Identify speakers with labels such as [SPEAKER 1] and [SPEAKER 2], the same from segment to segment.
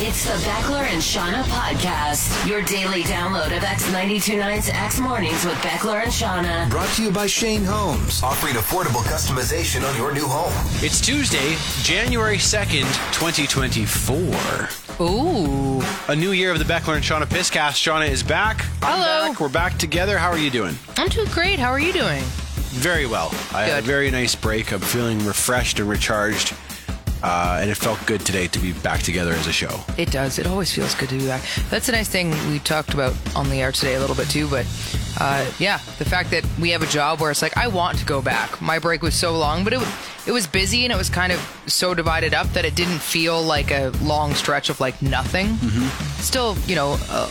[SPEAKER 1] It's the Beckler and Shauna podcast, your daily download of X92 Nights, X Mornings with Beckler and Shauna.
[SPEAKER 2] Brought to you by Shane Holmes, offering affordable customization on your new home.
[SPEAKER 3] It's Tuesday, January 2nd, 2024.
[SPEAKER 4] Ooh.
[SPEAKER 3] A new year of the Beckler and Shauna Piscast. Shauna is back. I'm
[SPEAKER 4] Hello.
[SPEAKER 3] back. We're back together. How are you doing?
[SPEAKER 4] I'm doing great. How are you doing?
[SPEAKER 3] Very well. I had a
[SPEAKER 4] Good.
[SPEAKER 3] very nice break. I'm feeling refreshed and recharged. Uh, and it felt good today to be back together as a show.
[SPEAKER 4] It does. It always feels good to be back. That's a nice thing we talked about on the air today a little bit too, but uh, yeah, the fact that we have a job where it's like I want to go back. My break was so long, but it was it was busy and it was kind of so divided up that it didn't feel like a long stretch of like nothing. Still, you know, uh,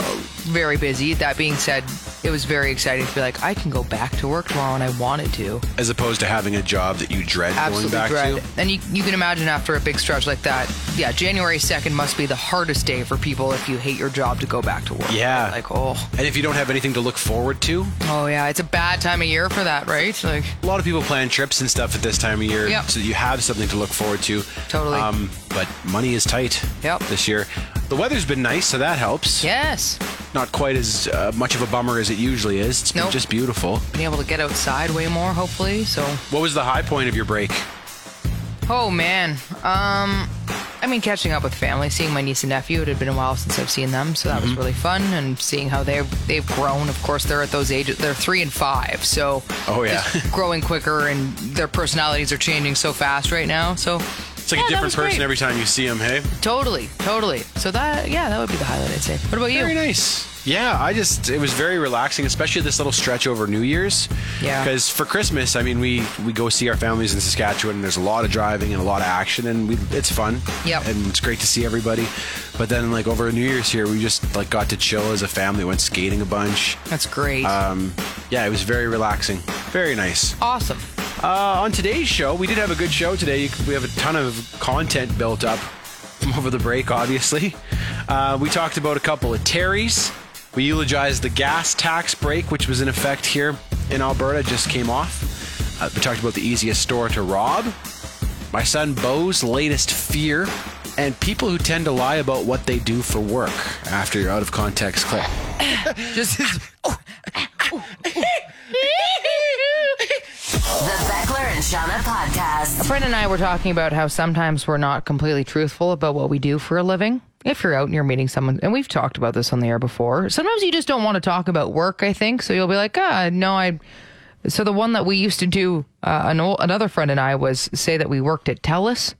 [SPEAKER 4] very busy. That being said, it was very exciting to be like I can go back to work tomorrow and I wanted to.
[SPEAKER 3] As opposed to having a job that you dread
[SPEAKER 4] absolutely
[SPEAKER 3] going back
[SPEAKER 4] dread.
[SPEAKER 3] to.
[SPEAKER 4] And you, you can imagine after a big stretch like that, yeah, January 2nd must be the hardest day for people if you hate your job to go back to work.
[SPEAKER 3] Yeah.
[SPEAKER 4] Like, oh,
[SPEAKER 3] And if you don't have anything to look forward to,
[SPEAKER 4] oh yeah, it's a bad time of year for that, right? Like,
[SPEAKER 3] a lot of people plan trips and stuff at this time of year,
[SPEAKER 4] Yep.
[SPEAKER 3] so you have something to look forward to. Um,
[SPEAKER 4] Totally.
[SPEAKER 3] but money is tight
[SPEAKER 4] Yep.
[SPEAKER 3] this year. The weather's been nice, so that helps.
[SPEAKER 4] yes,
[SPEAKER 3] Not quite as uh, much of a bummer as it usually is. It's been
[SPEAKER 4] Nope.
[SPEAKER 3] just beautiful.
[SPEAKER 4] being able to get outside way more, hopefully. So,
[SPEAKER 3] What was the high point of your break?
[SPEAKER 4] oh man, um, I mean, catching up with family, seeing my niece and nephew. It had been a while since I've seen them, so that
[SPEAKER 3] Mm-hmm.
[SPEAKER 4] was really fun. And seeing how they they've grown. Of course, they're at those ages. They're three and five, so
[SPEAKER 3] Oh, yeah.
[SPEAKER 4] just growing quicker, and their personalities are changing so fast right now. So
[SPEAKER 3] It's like
[SPEAKER 4] yeah,
[SPEAKER 3] a
[SPEAKER 4] that
[SPEAKER 3] different
[SPEAKER 4] was
[SPEAKER 3] person
[SPEAKER 4] great.
[SPEAKER 3] every time you see him, hey?
[SPEAKER 4] Totally, totally. So that yeah, that would be the highlight I'd say. What about you?
[SPEAKER 3] Very nice. Yeah, I just it was very relaxing, especially this little stretch over New Year's.
[SPEAKER 4] Yeah.
[SPEAKER 3] Because for Christmas, I mean, we we go see our families in Saskatchewan, and there's a lot of driving and a lot of action, and we it's fun.
[SPEAKER 4] Yep.
[SPEAKER 3] And it's great to see everybody. But then like over New Year's here, we just like got to chill as a family, went skating a bunch.
[SPEAKER 4] That's great.
[SPEAKER 3] Um, yeah, it was very relaxing. Very nice.
[SPEAKER 4] awesome.
[SPEAKER 3] Uh, on today's show, we did have a good show today. You- We have a ton of content built up from over the break, obviously. Uh, we talked about a couple of Terry's. We eulogized the gas tax break, which was in effect here in Alberta, just came off. Uh, we talked about the easiest store to rob, my son Bo's latest fear, and people who tend to lie about what they do for work after your out of context clip.
[SPEAKER 4] Just oh,
[SPEAKER 1] The Beckler and Shauna podcast.
[SPEAKER 4] Brent and I were talking about how sometimes we're not completely truthful about what we do for a living. If you're out and you're meeting someone, and we've talked about this on the air before, sometimes you just don't want to talk about work, I think. So you'll be like, ah, no, I. So the one that we used to do, uh, an old, another friend and I was say that we worked at TELUS.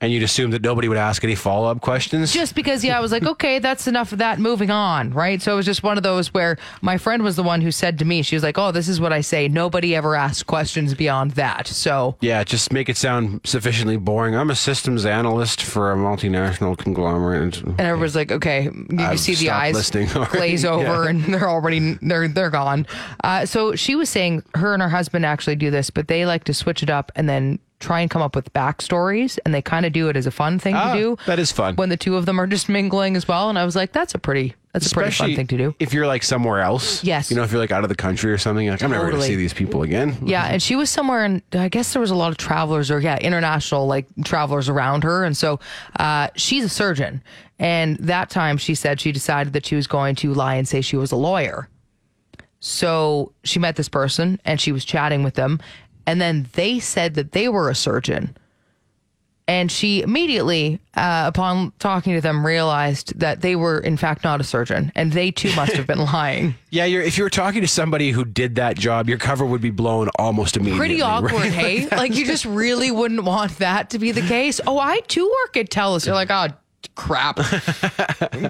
[SPEAKER 3] And you'd assume that nobody would ask any follow up questions?
[SPEAKER 4] just because yeah i was like okay that's enough of that moving on right so it was just one of those where my friend was the one who said to me she was like oh this is what i say nobody ever asks questions beyond that so
[SPEAKER 3] Yeah, just make it sound sufficiently boring. I'm a systems analyst for a multinational conglomerate.
[SPEAKER 4] and everyone's like okay you
[SPEAKER 3] I've
[SPEAKER 4] see the
[SPEAKER 3] stopped
[SPEAKER 4] eyes
[SPEAKER 3] listening already.
[SPEAKER 4] glaze over
[SPEAKER 3] Yeah.
[SPEAKER 4] and they're already they're they're gone uh, so she was saying her and her husband actually do this but they like to switch it up and then try and come up with backstories and they kind of do it as a fun thing
[SPEAKER 3] Ah,
[SPEAKER 4] to do
[SPEAKER 3] that is fun.
[SPEAKER 4] when the two of them are just mingling as well and i was like that's a pretty that's a pretty fun thing to do
[SPEAKER 3] If you're like somewhere else.
[SPEAKER 4] Yes.
[SPEAKER 3] You know, if you're like out of the country or something, you're like, I'm never going to
[SPEAKER 4] Totally.
[SPEAKER 3] see these people again.
[SPEAKER 4] Yeah, and she was somewhere, and I guess there was a lot of travelers or yeah, international like travelers around her, and so uh, she's a surgeon. And that time, she said she decided that she was going to lie and say she was a lawyer. So she met this person, and she was chatting with them, and then they said that they were a surgeon. And she immediately, uh, upon talking to them, realized that they were in fact not a surgeon, and they too must have been lying.
[SPEAKER 3] Yeah, you're, if you were talking to somebody who did that job, your cover would be blown almost immediately.
[SPEAKER 4] pretty
[SPEAKER 3] right?
[SPEAKER 4] awkward, hey? Like you just really wouldn't want that to be the case. Oh, I too work at TELUS. You're like, oh crap.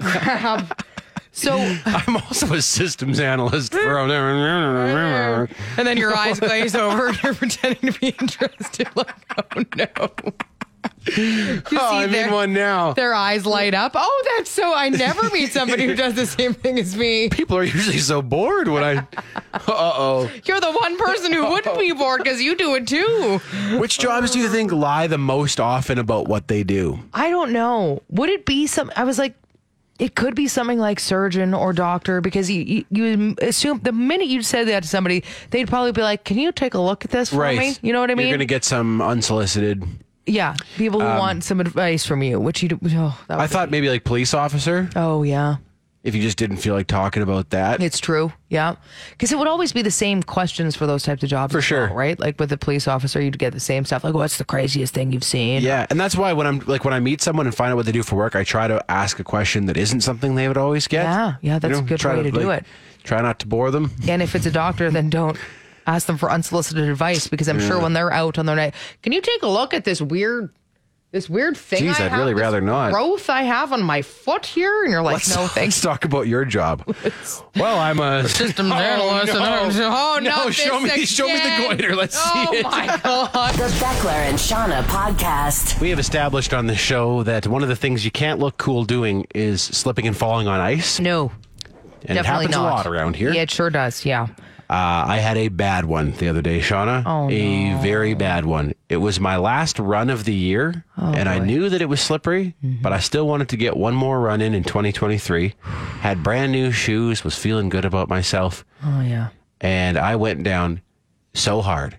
[SPEAKER 4] crap. So
[SPEAKER 3] I'm also a systems analyst. Oh, bro.
[SPEAKER 4] And then your eyes glaze over and you're pretending to be interested. Like, oh no. You see
[SPEAKER 3] Oh, I'm in
[SPEAKER 4] their,
[SPEAKER 3] one now.
[SPEAKER 4] their eyes light up. Oh, that's so. I never meet somebody who does the same thing as me.
[SPEAKER 3] People are usually so bored when I. Uh oh.
[SPEAKER 4] You're the one person who wouldn't be bored because you do it too.
[SPEAKER 3] Which jobs do you think lie the most often about what they do?
[SPEAKER 4] I don't know. Would it be some? I was like, it could be something like surgeon or doctor because you you, you assume the minute you said that to somebody, they'd probably be like, "Can you take a look at this for me?" You know what I mean?
[SPEAKER 3] You're going to get some unsolicited.
[SPEAKER 4] Yeah, people who want some advice from you, which you do. Oh, that
[SPEAKER 3] I
[SPEAKER 4] would,
[SPEAKER 3] thought maybe like police officer,
[SPEAKER 4] oh yeah,
[SPEAKER 3] if you just didn't feel like talking about that.
[SPEAKER 4] it's true. Yeah, because it would always be the same questions for those types of jobs.
[SPEAKER 3] For
[SPEAKER 4] as well,
[SPEAKER 3] sure.
[SPEAKER 4] right? Like with the police officer, you'd get the same stuff. Like, what's the craziest thing you've seen?
[SPEAKER 3] Yeah, and that's why when I'm like when I meet someone and find out what they do for work, I try to ask a question that isn't something they would always get.
[SPEAKER 4] Yeah, yeah, that's a good
[SPEAKER 3] try
[SPEAKER 4] way to do
[SPEAKER 3] like,
[SPEAKER 4] it.
[SPEAKER 3] Try not to bore them.
[SPEAKER 4] And if it's a doctor, then don't ask them for unsolicited advice because I'm sure when they're out on their night, can you take a look at this weird, this weird thing?
[SPEAKER 3] Jeez,
[SPEAKER 4] I
[SPEAKER 3] I'd
[SPEAKER 4] have,
[SPEAKER 3] really
[SPEAKER 4] this
[SPEAKER 3] rather not."
[SPEAKER 4] Growth I have on my foot here, and you're like,
[SPEAKER 3] Let's,
[SPEAKER 4] no,
[SPEAKER 3] let's
[SPEAKER 4] thanks.
[SPEAKER 3] talk about your job. well, I'm a
[SPEAKER 4] Systems analyst. and I'm just- oh no!
[SPEAKER 3] No, show
[SPEAKER 4] this
[SPEAKER 3] me- show me the
[SPEAKER 4] again.
[SPEAKER 3] goiter. Let's
[SPEAKER 4] oh,
[SPEAKER 3] see it.
[SPEAKER 4] my god!
[SPEAKER 1] The Beckler and Shauna podcast.
[SPEAKER 3] We have established on the show that one of the things you can't look cool doing is slipping and falling on ice, and
[SPEAKER 4] No,
[SPEAKER 3] it
[SPEAKER 4] definitely
[SPEAKER 3] happens
[SPEAKER 4] not.
[SPEAKER 3] a lot around here.
[SPEAKER 4] Yeah, it sure does. Yeah.
[SPEAKER 3] Uh, I had a bad one the other day, Shauna.
[SPEAKER 4] Oh,
[SPEAKER 3] a very bad one. It was my last run of the year,
[SPEAKER 4] Oh,
[SPEAKER 3] and I knew that it was slippery,
[SPEAKER 4] Mm-hmm.
[SPEAKER 3] but I still wanted to get one more run in in 2023. Had brand new shoes, was feeling good about myself,
[SPEAKER 4] Oh yeah.
[SPEAKER 3] and I went down so hard.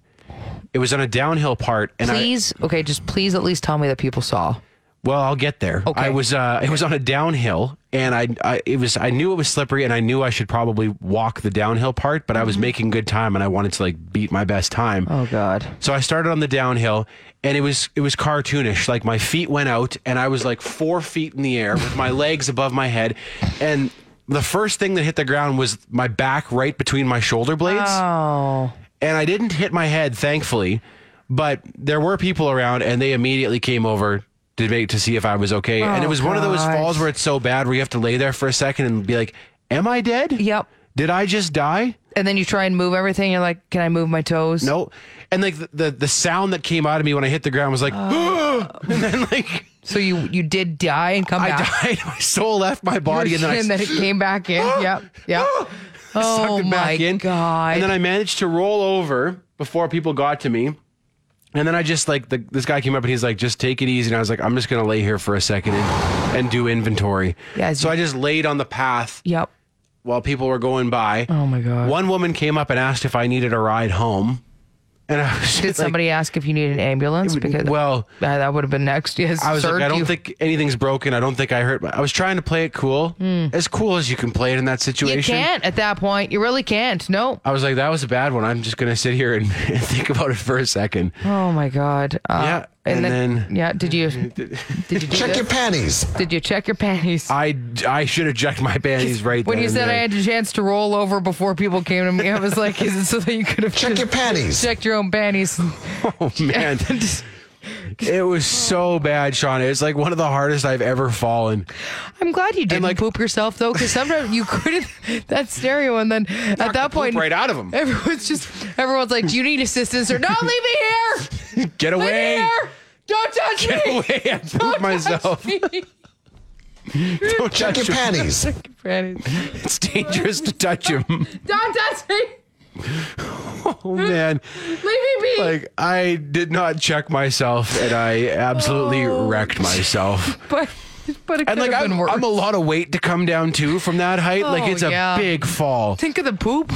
[SPEAKER 3] It was on a downhill part, and I.
[SPEAKER 4] Please, okay, just please at least tell me that people saw.
[SPEAKER 3] Well, I'll get there.
[SPEAKER 4] Okay.
[SPEAKER 3] I was uh, it was on a downhill, and I, I it was I knew it was slippery, and I knew I should probably walk the downhill part, but I
[SPEAKER 4] Mm-hmm.
[SPEAKER 3] was making good time, and I wanted to like beat my best time.
[SPEAKER 4] Oh God.
[SPEAKER 3] So I started on the downhill, and it was it was cartoonish. Like my feet went out, and I was like four feet in the air with my legs above my head, and the first thing that hit the ground was my back right between my shoulder blades
[SPEAKER 4] Oh.
[SPEAKER 3] and I didn't hit my head, thankfully. But there were people around, and they immediately came over to make to see if I was okay. and it was one of those
[SPEAKER 4] Oh, gosh.
[SPEAKER 3] falls where it's so bad where you have to lay there for a second and be like, "Am I dead?
[SPEAKER 4] Yep.
[SPEAKER 3] Did I just die?
[SPEAKER 4] And then you try and move everything. You're like, can I move my toes?
[SPEAKER 3] No." And like the the, the sound that came out of me when I hit the ground was like, and then like
[SPEAKER 4] So you you did die and come
[SPEAKER 3] I
[SPEAKER 4] back.
[SPEAKER 3] died. My soul left my
[SPEAKER 4] You were
[SPEAKER 3] body, and then I
[SPEAKER 4] kidding that it came back in. yep. Yep.
[SPEAKER 3] sucked
[SPEAKER 4] Oh
[SPEAKER 3] it back
[SPEAKER 4] my
[SPEAKER 3] in.
[SPEAKER 4] God.
[SPEAKER 3] And then I managed to roll over before people got to me. And then I just like the, this guy came up and he's like, just take it easy. And I was like, I'm just gonna lay here for a second and, and do inventory.
[SPEAKER 4] Yeah,
[SPEAKER 3] so
[SPEAKER 4] you-
[SPEAKER 3] I just laid on the path
[SPEAKER 4] Yep.
[SPEAKER 3] while people were going by.
[SPEAKER 4] Oh my God.
[SPEAKER 3] One woman came up and asked if I needed a ride home. And I was just
[SPEAKER 4] Did
[SPEAKER 3] like-
[SPEAKER 4] somebody ask if you need an ambulance? Because
[SPEAKER 3] well,
[SPEAKER 4] Uh, that would have been next. Yes.
[SPEAKER 3] I was
[SPEAKER 4] sir,
[SPEAKER 3] like, I
[SPEAKER 4] do
[SPEAKER 3] don't
[SPEAKER 4] you-
[SPEAKER 3] think anything's broken. I don't think I hurt. my-" I was trying to play it cool, as cool as you can play it in that situation.
[SPEAKER 4] Hmm. you can't at that point. You really can't. No.
[SPEAKER 3] I was like, that was a bad one. I'm just gonna sit here and, and think about it for a second.
[SPEAKER 4] Oh my God. Uh,
[SPEAKER 3] Yeah, and then-
[SPEAKER 4] yeah. Did you did you do
[SPEAKER 2] Check
[SPEAKER 4] this?
[SPEAKER 2] your panties.
[SPEAKER 4] did you check your panties?
[SPEAKER 3] I, I should have checked my panties right
[SPEAKER 4] When
[SPEAKER 3] then
[SPEAKER 4] you
[SPEAKER 3] and
[SPEAKER 4] said I
[SPEAKER 3] there.
[SPEAKER 4] had a chance to roll over before people came to me, I was like, is it so that you could have
[SPEAKER 2] Check
[SPEAKER 4] just
[SPEAKER 2] your panties.
[SPEAKER 4] checked your own panties?
[SPEAKER 3] Oh man. It was so bad, Sean. It's like one of the hardest I've ever fallen.
[SPEAKER 4] I'm glad you didn't
[SPEAKER 3] like-
[SPEAKER 4] poop yourself though, because sometimes you couldn't. That stereo, and then at that point,
[SPEAKER 3] right out of 'em.
[SPEAKER 4] Everyone's just everyone's like, "Do you need assistance?" Or "Don't leave me here!
[SPEAKER 3] Get
[SPEAKER 4] Leave me
[SPEAKER 3] away!
[SPEAKER 4] here! Don't touch
[SPEAKER 3] Get
[SPEAKER 4] me!
[SPEAKER 3] away! I pooped myself. Don't
[SPEAKER 2] Check
[SPEAKER 3] touch
[SPEAKER 2] your
[SPEAKER 3] him.
[SPEAKER 2] panties.
[SPEAKER 4] Franny,
[SPEAKER 3] It's dangerous to touch him.
[SPEAKER 4] Don't touch me!
[SPEAKER 3] Oh man.
[SPEAKER 4] Leave me be!"
[SPEAKER 3] Like I did not check myself and I absolutely wrecked myself.
[SPEAKER 4] but but it could
[SPEAKER 3] And like
[SPEAKER 4] have
[SPEAKER 3] I'm,
[SPEAKER 4] Oh. been worse.
[SPEAKER 3] I'm a lot of weight to come down to from that height. like
[SPEAKER 4] Oh,
[SPEAKER 3] it's a
[SPEAKER 4] yeah.
[SPEAKER 3] big fall.
[SPEAKER 4] Think of the poop.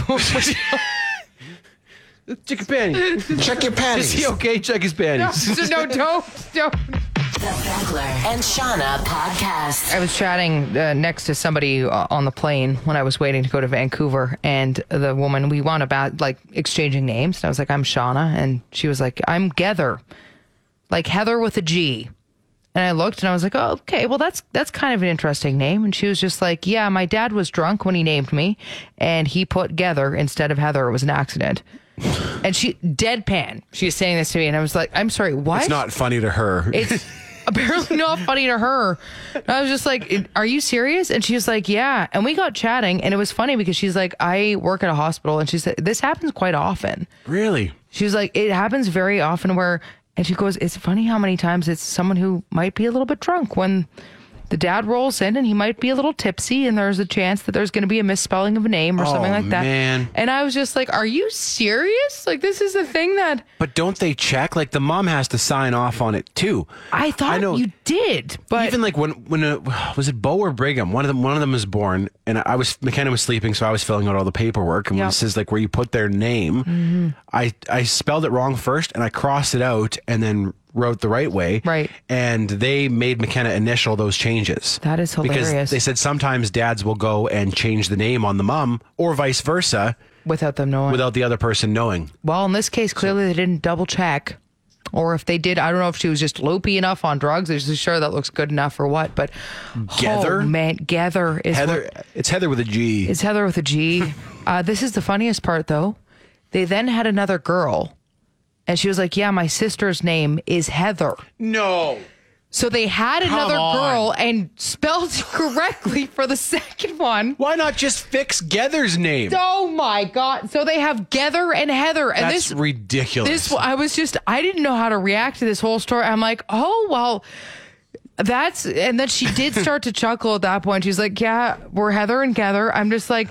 [SPEAKER 3] Check his panties.
[SPEAKER 2] Check your
[SPEAKER 3] Is he
[SPEAKER 2] panties.
[SPEAKER 3] okay? Check his panties.
[SPEAKER 4] So no, don't, don't.
[SPEAKER 1] The Beckler and Shauna podcast.
[SPEAKER 4] I was chatting uh, next to somebody uh, on the plane when I was waiting to go to Vancouver, and the woman we wound about like exchanging names. And I was like, "I'm Shauna," and she was like, "I'm Gether," like Heather with a G. And I looked and I was like, "Oh, okay. Well, that's that's kind of an interesting name." And she was just like, "Yeah, my dad was drunk when he named me, and he put Gether instead of Heather. It was an accident." and she deadpan. She was saying this to me, and I was like, "I'm sorry. What?"
[SPEAKER 3] It's not funny to her.
[SPEAKER 4] It's apparently not funny to her. And I was just like, "Are you serious?" And she was like, "Yeah." And we got chatting, and it was funny because she's like, "I work at a hospital," and she said, "This happens quite often."
[SPEAKER 3] Really?
[SPEAKER 4] She was like, "It happens very often where," and she goes, "It's funny how many times it's someone who might be a little bit drunk when." The dad rolls in and he might be a little tipsy, and there's a chance that there's going to be a misspelling of a name or something like that.
[SPEAKER 3] Oh, man.
[SPEAKER 4] And I was just like, Are you serious? Like, this is a thing that
[SPEAKER 3] But don't they check? Like the mom has to sign off on it too.
[SPEAKER 4] I thought
[SPEAKER 3] know.
[SPEAKER 4] you did, but
[SPEAKER 3] even like when when uh was it Bo or Brigham? One of them one of them was born, and I was McKenna was sleeping, so I was filling out all the paperwork. And when
[SPEAKER 4] Yep. Mm-hmm.
[SPEAKER 3] it says like where you put their name, I I spelled it wrong first, and I crossed it out, and then wrote the right way.
[SPEAKER 4] Right.
[SPEAKER 3] And they made McKenna initial those changes.
[SPEAKER 4] That is
[SPEAKER 3] Because
[SPEAKER 4] hilarious.
[SPEAKER 3] they said sometimes dads will go and change the name on the mom, or vice versa,
[SPEAKER 4] without them knowing.
[SPEAKER 3] without the other person knowing.
[SPEAKER 4] well, in this case, clearly they didn't double check. Or if they did, I don't know if she was just loopy enough on drugs. Is she sure that looks good enough or what? But
[SPEAKER 3] Gether?
[SPEAKER 4] oh, man, Gether is what-
[SPEAKER 3] Heather, it's Heather with a G.
[SPEAKER 4] It's Heather with a G. uh, this is the funniest part, though. They then had another girl, and she was like, "Yeah, my sister's name is Heather."
[SPEAKER 3] no.
[SPEAKER 4] So they had another
[SPEAKER 3] on.
[SPEAKER 4] girl and spelled it correctly for the second one.
[SPEAKER 3] Why not just fix Gether's name?
[SPEAKER 4] Oh my god! So they have Gether and Heather, and
[SPEAKER 3] That's
[SPEAKER 4] this
[SPEAKER 3] ridiculous.
[SPEAKER 4] this I was just I didn't know how to react to this whole story. I'm like, oh well, that's and then she did start to chuckle at that point. She's like, yeah, we're Heather and Heather. I'm just like,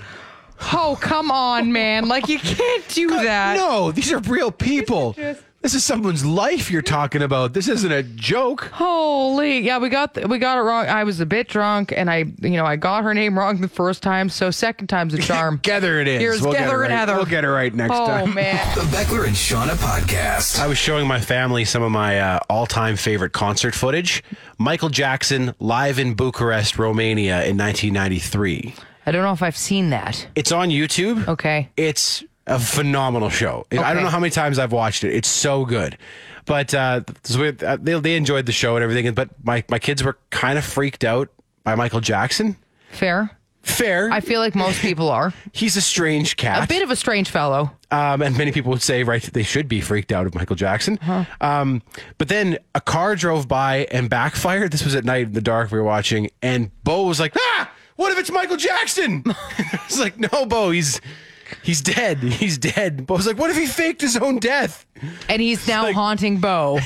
[SPEAKER 4] oh come on, man, like you can't do that.
[SPEAKER 3] No, these are real people. This is someone's life you're talking about. This isn't a joke.
[SPEAKER 4] Holy yeah, we got th- we got it wrong. I was a bit drunk, and I you know I got her name wrong the first time, so second time's a charm.
[SPEAKER 3] Gather it is.
[SPEAKER 4] Here's
[SPEAKER 3] We'll get it
[SPEAKER 4] Gether and
[SPEAKER 3] right-
[SPEAKER 4] Heather.
[SPEAKER 3] we'll get it right next
[SPEAKER 4] oh,
[SPEAKER 3] time.
[SPEAKER 4] Oh man.
[SPEAKER 2] The Beckler and Shauna podcast.
[SPEAKER 3] I was showing my family some of my uh, all-time favorite concert footage. Michael Jackson live in Bucharest, Romania in 1993.
[SPEAKER 4] I don't know if I've seen that.
[SPEAKER 3] It's on YouTube.
[SPEAKER 4] Okay.
[SPEAKER 3] It's a phenomenal show. I
[SPEAKER 4] Okay.
[SPEAKER 3] don't know how many times I've watched it. It's so good. But uh, so we- uh, they, they enjoyed the show and everything. But my, my kids were kind of freaked out by Michael Jackson.
[SPEAKER 4] Fair.
[SPEAKER 3] Fair.
[SPEAKER 4] I feel like most people are.
[SPEAKER 3] He's a strange cat.
[SPEAKER 4] A bit of a strange fellow.
[SPEAKER 3] Um, and many people would say, right, they should be freaked out of Michael Jackson. Um, but then a car drove by and backfired. This was at night in the dark we were watching. And Bo was like, ah, what if it's Michael Jackson? I was like, no, Bo, he's he's dead. He's dead. Bo was like, what if he faked his own death?
[SPEAKER 4] And he's now
[SPEAKER 3] like-
[SPEAKER 4] haunting Bo.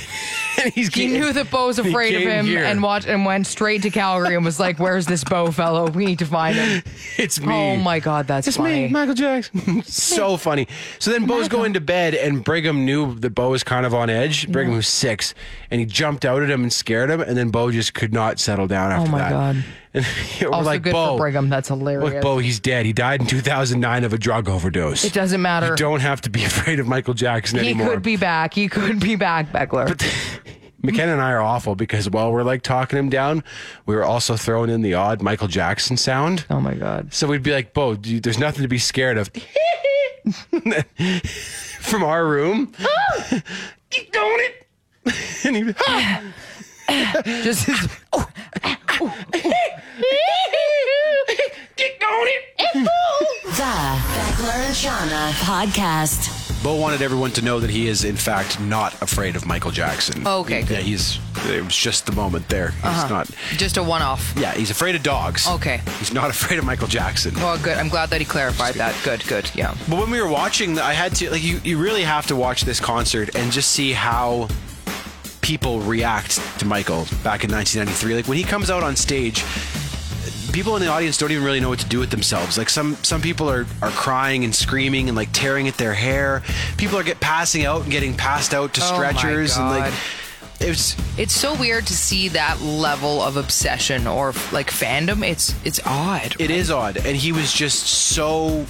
[SPEAKER 3] And he's
[SPEAKER 4] He knew that Bo's
[SPEAKER 3] He
[SPEAKER 4] afraid of
[SPEAKER 3] came
[SPEAKER 4] him
[SPEAKER 3] here.
[SPEAKER 4] and watched and went straight to Calgary and was like, Where's this Bo fellow? We need to find him.
[SPEAKER 3] It's me.
[SPEAKER 4] Oh my god, that's
[SPEAKER 3] It's
[SPEAKER 4] funny.
[SPEAKER 3] me, Michael Jackson. so funny. So then Bo's going to bed, and Brigham knew that Bo was kind of on edge. Brigham was six, and he jumped out at him and scared him, and then Bo just could not settle down after
[SPEAKER 4] Oh my
[SPEAKER 3] that.
[SPEAKER 4] God.
[SPEAKER 3] And we're
[SPEAKER 4] also
[SPEAKER 3] like,
[SPEAKER 4] good
[SPEAKER 3] Bo,
[SPEAKER 4] for Brigham. That's hilarious.
[SPEAKER 3] look, Bo, he's dead. He died in 2009 of a drug overdose.
[SPEAKER 4] it doesn't matter.
[SPEAKER 3] You don't have to be afraid of Michael Jackson
[SPEAKER 4] he
[SPEAKER 3] anymore.
[SPEAKER 4] could be back. He could be back, Beckler.
[SPEAKER 3] McKenna and I are awful because while we're like talking him down, we were also throwing in the odd Michael Jackson sound.
[SPEAKER 4] oh my god.
[SPEAKER 3] So we'd be like, Bo, do you- there's nothing to be scared of. From our room. Keep doing it. and he'd be, "Ah." Oh,
[SPEAKER 4] Just his
[SPEAKER 1] The Beckler and Shauna podcast.
[SPEAKER 3] Bo wanted everyone to know that he is, in fact, not afraid of Michael Jackson.
[SPEAKER 4] Oh, Okay, good.
[SPEAKER 3] Yeah, he's, it was just the moment there. He's not,
[SPEAKER 4] just a one off.
[SPEAKER 3] yeah, he's afraid of dogs.
[SPEAKER 4] Okay.
[SPEAKER 3] He's not afraid of Michael Jackson.
[SPEAKER 4] Well Oh, good. I'm glad that he clarified that. Good, good. Yeah.
[SPEAKER 3] But when we were watching, I had to like you. You really have to watch this concert and just see how people react to Michael back in 1993. Like when he comes out on stage, people in the audience don't even really know what to do with themselves. Like some some people are are crying and screaming and like tearing at their hair. People are get passing out and getting passed out to
[SPEAKER 4] Oh my
[SPEAKER 3] stretchers and like
[SPEAKER 4] God.
[SPEAKER 3] it was
[SPEAKER 4] It's so weird to see that level of obsession or like fandom. It's it's odd.
[SPEAKER 3] It is odd. And he was just so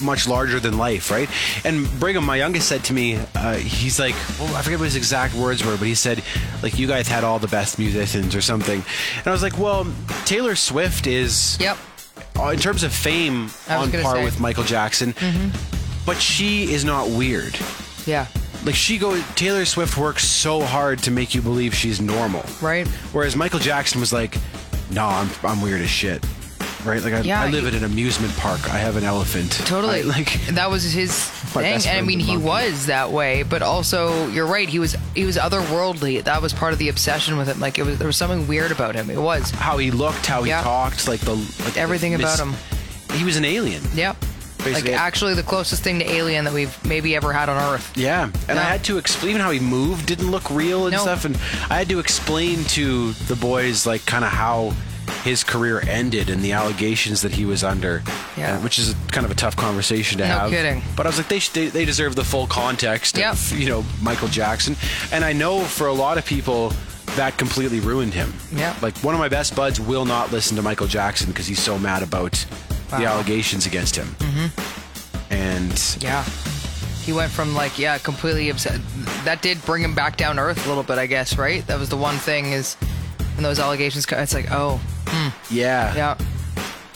[SPEAKER 3] much larger than life, right? And Brigham, my youngest, said to me, uh, he's like, well, I forget what his exact words were, but he said, like, you guys had all the best musicians or something. And I was like, well, Taylor Swift is,
[SPEAKER 4] Yep.
[SPEAKER 3] uh, in terms of fame,
[SPEAKER 4] I was
[SPEAKER 3] on
[SPEAKER 4] gonna
[SPEAKER 3] par
[SPEAKER 4] say. Mm-hmm.
[SPEAKER 3] with Michael Jackson. But she is not weird.
[SPEAKER 4] Yeah.
[SPEAKER 3] Like she goes, Taylor Swift works so hard to make you believe she's normal.
[SPEAKER 4] Right.
[SPEAKER 3] Whereas Michael Jackson was like, "No, I'm I'm weird as shit." right? Like I,
[SPEAKER 4] Yeah,
[SPEAKER 3] I live
[SPEAKER 4] you-
[SPEAKER 3] at an amusement park. I have an elephant.
[SPEAKER 4] Totally.
[SPEAKER 3] I, like
[SPEAKER 4] that was his
[SPEAKER 3] My
[SPEAKER 4] thing,
[SPEAKER 3] best
[SPEAKER 4] and I
[SPEAKER 3] friend's
[SPEAKER 4] mean
[SPEAKER 3] a
[SPEAKER 4] he
[SPEAKER 3] monkey.
[SPEAKER 4] was that way. But also, you're right. He was he was otherworldly. That was part of the obsession with him. Like it was there was something weird about him. It was.
[SPEAKER 3] how he looked, how he
[SPEAKER 4] Yeah.
[SPEAKER 3] talked, like the like
[SPEAKER 4] Everything
[SPEAKER 3] the
[SPEAKER 4] about him.
[SPEAKER 3] He was an alien.
[SPEAKER 4] Yep. Like
[SPEAKER 3] Basically-
[SPEAKER 4] actually, the closest thing to alien that we've maybe ever had on Earth.
[SPEAKER 3] Yeah, and I
[SPEAKER 4] Yeah.
[SPEAKER 3] had to explain how he moved didn't look real and
[SPEAKER 4] No.
[SPEAKER 3] stuff, and I had to explain to the boys like kind of how his career ended and the allegations that he was under,
[SPEAKER 4] Yeah.
[SPEAKER 3] uh, which is kind of a tough conversation to
[SPEAKER 4] No
[SPEAKER 3] have.
[SPEAKER 4] kidding.
[SPEAKER 3] But I was like, they should, they, they deserve the full context
[SPEAKER 4] Yep.
[SPEAKER 3] of you know Michael Jackson, and I know for a lot of people. That completely ruined him.
[SPEAKER 4] Yeah.
[SPEAKER 3] Like one of my best buds will not listen to Michael Jackson because he's so mad about the
[SPEAKER 4] Wow.
[SPEAKER 3] allegations against him. Mm-hmm. And
[SPEAKER 4] Yeah. He went from like yeah, completely obsessed. That did bring him back down to Earth a little bit, I guess. Right. That was the one thing is when those allegations. co- It's like oh
[SPEAKER 3] yeah,
[SPEAKER 4] yeah.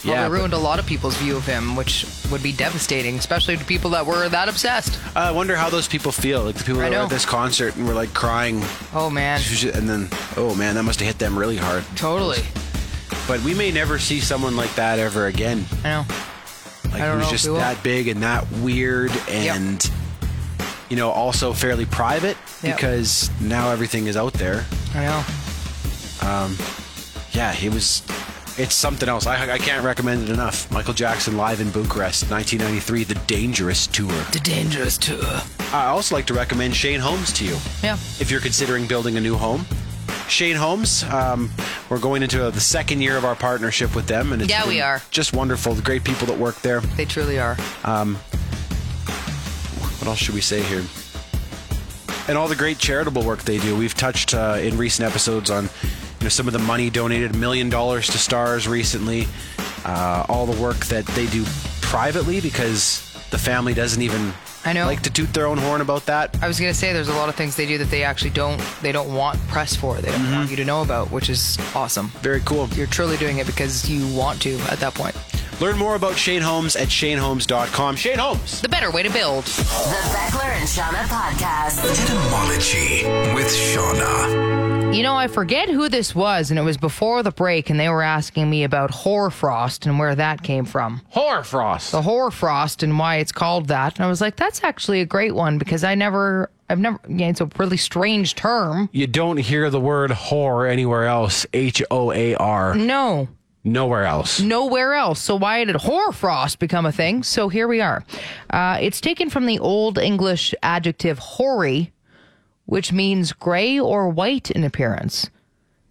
[SPEAKER 4] Well,
[SPEAKER 3] yeah,
[SPEAKER 4] it
[SPEAKER 3] but-
[SPEAKER 4] ruined a lot of people's view of him, which would be devastating, especially to people that were that obsessed.
[SPEAKER 3] I wonder how those people feel. Like the people
[SPEAKER 4] I
[SPEAKER 3] that were
[SPEAKER 4] know.
[SPEAKER 3] at this concert and were like crying,
[SPEAKER 4] Oh man,
[SPEAKER 3] and then oh man, that must have hit them really hard.
[SPEAKER 4] totally.
[SPEAKER 3] But we may never see someone like that ever again.
[SPEAKER 4] I know.
[SPEAKER 3] Like
[SPEAKER 4] I don't
[SPEAKER 3] who's
[SPEAKER 4] know if
[SPEAKER 3] just
[SPEAKER 4] we will.
[SPEAKER 3] that big and that weird and you know also fairly private
[SPEAKER 4] Yep.
[SPEAKER 3] because now everything is out there.
[SPEAKER 4] I know.
[SPEAKER 3] Yeah, he was. It's something else. I, I can't recommend it enough. Michael Jackson live in Bucharest, 1993, the Dangerous Tour.
[SPEAKER 4] The dangerous tour.
[SPEAKER 3] I also like to recommend Shane Holmes to you.
[SPEAKER 4] Yeah.
[SPEAKER 3] if you're considering building a new home. Shane Holmes, um, we're going into the second year of our partnership with them, and it's
[SPEAKER 4] Yeah,
[SPEAKER 3] been
[SPEAKER 4] we are.
[SPEAKER 3] just wonderful. The great people that work there.
[SPEAKER 4] They truly are.
[SPEAKER 3] What else should we say here? And all the great charitable work they do. We've touched uh, in recent episodes on you know some of the money donated, a million dollars to stars recently. Uh, all the work that they do privately because the family doesn't even
[SPEAKER 4] I know.
[SPEAKER 3] like to toot their own horn about that.
[SPEAKER 4] I was gonna say there's a lot of things they do that they actually don't they don't want press for. They don't want you to know about, which is awesome.
[SPEAKER 3] Very cool.
[SPEAKER 4] You're truly doing it because you want to at that point.
[SPEAKER 3] Learn more about Shane Holmes at shaneholmes.com. Shane Holmes.
[SPEAKER 4] The better way to build.
[SPEAKER 1] The Beckler and Shauna Podcast.
[SPEAKER 2] Etymology with Shauna.
[SPEAKER 4] You know, I forget who this was, and it was before the break, and they were asking me about hoarfrost and where that came from.
[SPEAKER 3] Horfrost.
[SPEAKER 4] the hoarfrost and why it's called that. And I was like, that's actually a great one because I never, I've never, yeah, it's a really strange term.
[SPEAKER 3] You don't hear the word whore anywhere else. H O A R.
[SPEAKER 4] No,
[SPEAKER 3] Nowhere else.
[SPEAKER 4] nowhere else. So why did hoarfrost become a thing? So here we are. Uh, it's taken from the Old English adjective hoary, which means gray or white in appearance.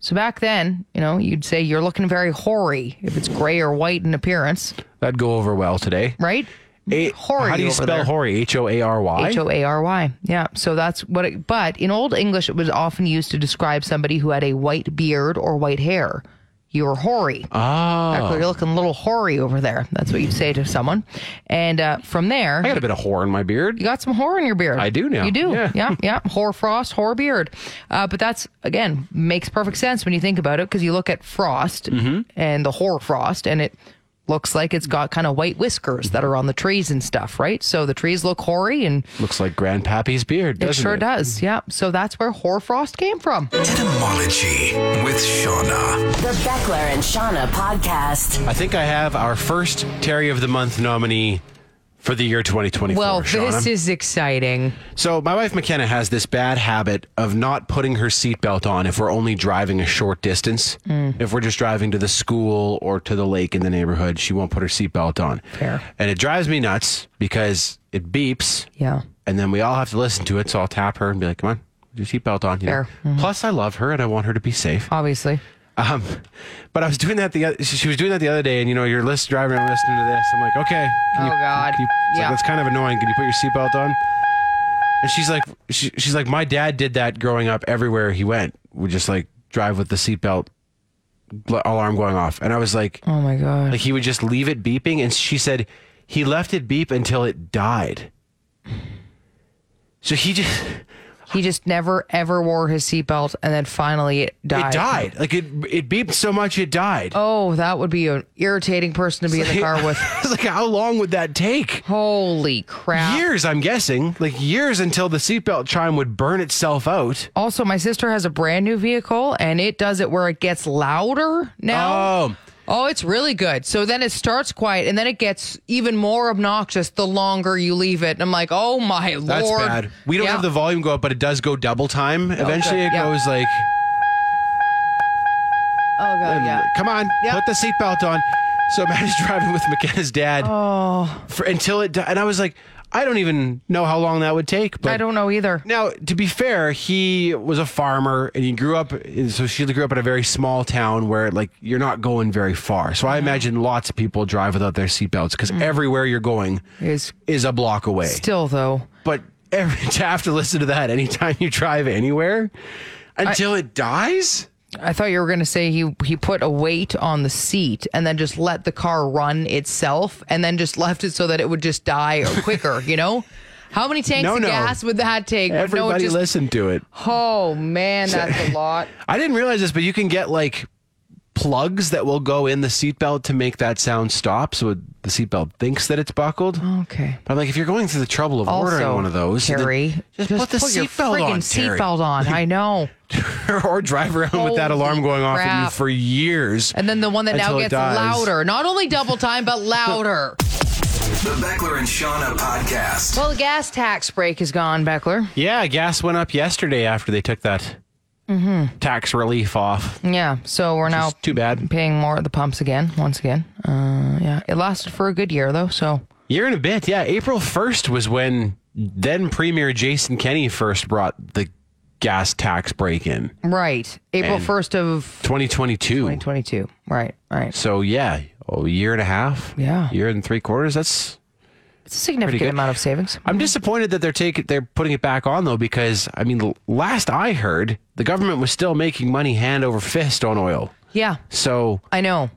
[SPEAKER 4] So back then, you know, you'd say you're looking very hoary if it's gray or white in appearance,
[SPEAKER 3] That'd go over well today.
[SPEAKER 4] right?
[SPEAKER 3] A-
[SPEAKER 4] Hoary
[SPEAKER 3] How do you
[SPEAKER 4] over
[SPEAKER 3] spell
[SPEAKER 4] there.
[SPEAKER 3] hoary? H O A R Y.
[SPEAKER 4] H O A R Y. Yeah. So that's what it, but in Old English, it was often used to describe somebody who had a white beard or white hair. You're hoary.
[SPEAKER 3] Ah.
[SPEAKER 4] You're looking a little hoary over there. That's what you'd say to someone. And uh, from there,
[SPEAKER 3] I got a bit of whore in my beard.
[SPEAKER 4] you got some whore in your beard.
[SPEAKER 3] I do now.
[SPEAKER 4] You do.
[SPEAKER 3] Yeah.
[SPEAKER 4] Yeah. Yeah. Whore frost, whore beard. Uh, but that's, again, makes perfect sense when you think about it because you look at frost
[SPEAKER 3] Mm-hmm.
[SPEAKER 4] and the whore frost and it looks like it's got kind of white whiskers that are on the trees and stuff, right? So the trees look hoary and
[SPEAKER 3] Looks like Grandpappy's beard,
[SPEAKER 4] it
[SPEAKER 3] doesn't
[SPEAKER 4] sure does. Yeah. So that's where hoarfrost came from.
[SPEAKER 2] Etymology with Shauna.
[SPEAKER 1] The Beckler and Shauna Podcast.
[SPEAKER 3] I think I have our first Terry of the Month nominee for the year 2024.
[SPEAKER 4] Well,
[SPEAKER 3] Shauna.
[SPEAKER 4] this is exciting.
[SPEAKER 3] So my wife McKenna has this bad habit of not putting her seatbelt on if we're only driving a short distance.
[SPEAKER 4] Mm.
[SPEAKER 3] If we're just driving to the school or to the lake in the neighborhood, she won't put her seatbelt on.
[SPEAKER 4] Fair.
[SPEAKER 3] And it drives me nuts because it beeps.
[SPEAKER 4] Yeah.
[SPEAKER 3] And then we all have to listen to it. So I'll tap her and be like, "Come on, put your seatbelt on." you know.
[SPEAKER 4] Fair. Mm-hmm.
[SPEAKER 3] Plus, I love her and I want her to be safe.
[SPEAKER 4] Obviously.
[SPEAKER 3] Um, but I was doing that the other, she she was doing that the other day, and you know, you're list driving around listening to this. I'm like, okay, can
[SPEAKER 4] Oh,
[SPEAKER 3] you,
[SPEAKER 4] God.
[SPEAKER 3] can you, it's like,
[SPEAKER 4] Yeah.
[SPEAKER 3] that's kind of annoying. Can you put your seatbelt on? And she's like, she, she's like, my dad did that growing up. Everywhere he went, would just like drive with the seatbelt gl- alarm going off, and I was like,
[SPEAKER 4] Oh my gosh.
[SPEAKER 3] like he would just leave it beeping, and she said he left it beep until it died. So he just
[SPEAKER 4] He just never, ever wore his seatbelt and then finally it died.
[SPEAKER 3] it died. Like it it beeped so much it died.
[SPEAKER 4] Oh, that would be an irritating person to be in the car with.
[SPEAKER 3] I was like, how long would that take?
[SPEAKER 4] Holy crap.
[SPEAKER 3] Years, I'm guessing. Like years until the seatbelt chime would burn itself out.
[SPEAKER 4] Also, my sister has a brand new vehicle and it does it where it gets louder now.
[SPEAKER 3] Oh.
[SPEAKER 4] Oh, it's really good. So then it starts quiet and then it gets even more obnoxious the longer you leave it. And I'm like, oh my
[SPEAKER 3] That's
[SPEAKER 4] lord.
[SPEAKER 3] bad. We don't
[SPEAKER 4] Yeah. Oh,
[SPEAKER 3] have the volume go up, but it does go double time. Eventually, it
[SPEAKER 4] yeah.
[SPEAKER 3] goes like, um,
[SPEAKER 4] Oh god, yeah.
[SPEAKER 3] "Come on,
[SPEAKER 4] Yeah.
[SPEAKER 3] put the seatbelt on." So Maddie's driving with McKenna's dad
[SPEAKER 4] Oh.
[SPEAKER 3] for until it, di- and I was like, I don't even know how long that would take. But
[SPEAKER 4] I don't know either.
[SPEAKER 3] Now, to be fair, he was a farmer and he grew up, and so she grew up in a very small town where, like, you're not going very far. So I imagine lots of people drive without their seatbelts because
[SPEAKER 4] Mm.
[SPEAKER 3] everywhere you're going
[SPEAKER 4] Is-
[SPEAKER 3] is a block away.
[SPEAKER 4] Still though.
[SPEAKER 3] but every, to have to listen to that anytime you drive anywhere until it dies?
[SPEAKER 4] I thought you were going to say he he put a weight on the seat and then just let the car run itself and then just left it so that it would just die or quicker, you know? How many tanks
[SPEAKER 3] No,
[SPEAKER 4] of
[SPEAKER 3] no.
[SPEAKER 4] gas would that take? No, it
[SPEAKER 3] Everybody
[SPEAKER 4] just-
[SPEAKER 3] listened to it.
[SPEAKER 4] Oh man, that's a lot.
[SPEAKER 3] I didn't realize this, but you can get like plugs that will go in the seatbelt to make that sound stop so it, the seatbelt thinks that it's
[SPEAKER 4] Oh.
[SPEAKER 3] buckled.
[SPEAKER 4] Okay.
[SPEAKER 3] But I'm like, if you're going through the trouble of ordering
[SPEAKER 4] Also,
[SPEAKER 3] one of those, then
[SPEAKER 4] Terry,
[SPEAKER 3] just, put the
[SPEAKER 4] your
[SPEAKER 3] seatbelt
[SPEAKER 4] friggin'
[SPEAKER 3] on, Terry.
[SPEAKER 4] seatbelt on. I know.
[SPEAKER 3] or drive around with that
[SPEAKER 4] Holy
[SPEAKER 3] alarm going off at you
[SPEAKER 4] crap.
[SPEAKER 3] for years.
[SPEAKER 4] And then the one that now
[SPEAKER 3] Until it
[SPEAKER 4] gets
[SPEAKER 3] dies.
[SPEAKER 4] louder. Not only double time, but louder.
[SPEAKER 2] The Beckler and Shauna podcast.
[SPEAKER 4] well, the gas tax break is gone, Beckler.
[SPEAKER 3] yeah, gas went up yesterday after they took that
[SPEAKER 4] Mm-hmm.
[SPEAKER 3] tax relief off.
[SPEAKER 4] Yeah. So we're now
[SPEAKER 3] It's too bad.
[SPEAKER 4] paying more at the pumps again, once again. Uh, yeah. It lasted for a good year, though. So
[SPEAKER 3] Year and a bit, yeah. April 1st was when then Premier Jason Kenney first brought the gas tax break in
[SPEAKER 4] right, April
[SPEAKER 3] And-
[SPEAKER 4] first of
[SPEAKER 3] 2022.
[SPEAKER 4] twenty two. Right. Right.
[SPEAKER 3] So, yeah, oh, a year and a half.
[SPEAKER 4] Yeah.
[SPEAKER 3] Year and three quarters. That's.
[SPEAKER 4] It's a
[SPEAKER 3] good.
[SPEAKER 4] significant amount of savings.
[SPEAKER 3] I'm disappointed that they're taking they're putting it back on though because I mean l- last I heard the government was still making money hand over fist on oil.
[SPEAKER 4] Yeah.
[SPEAKER 3] So
[SPEAKER 4] I know.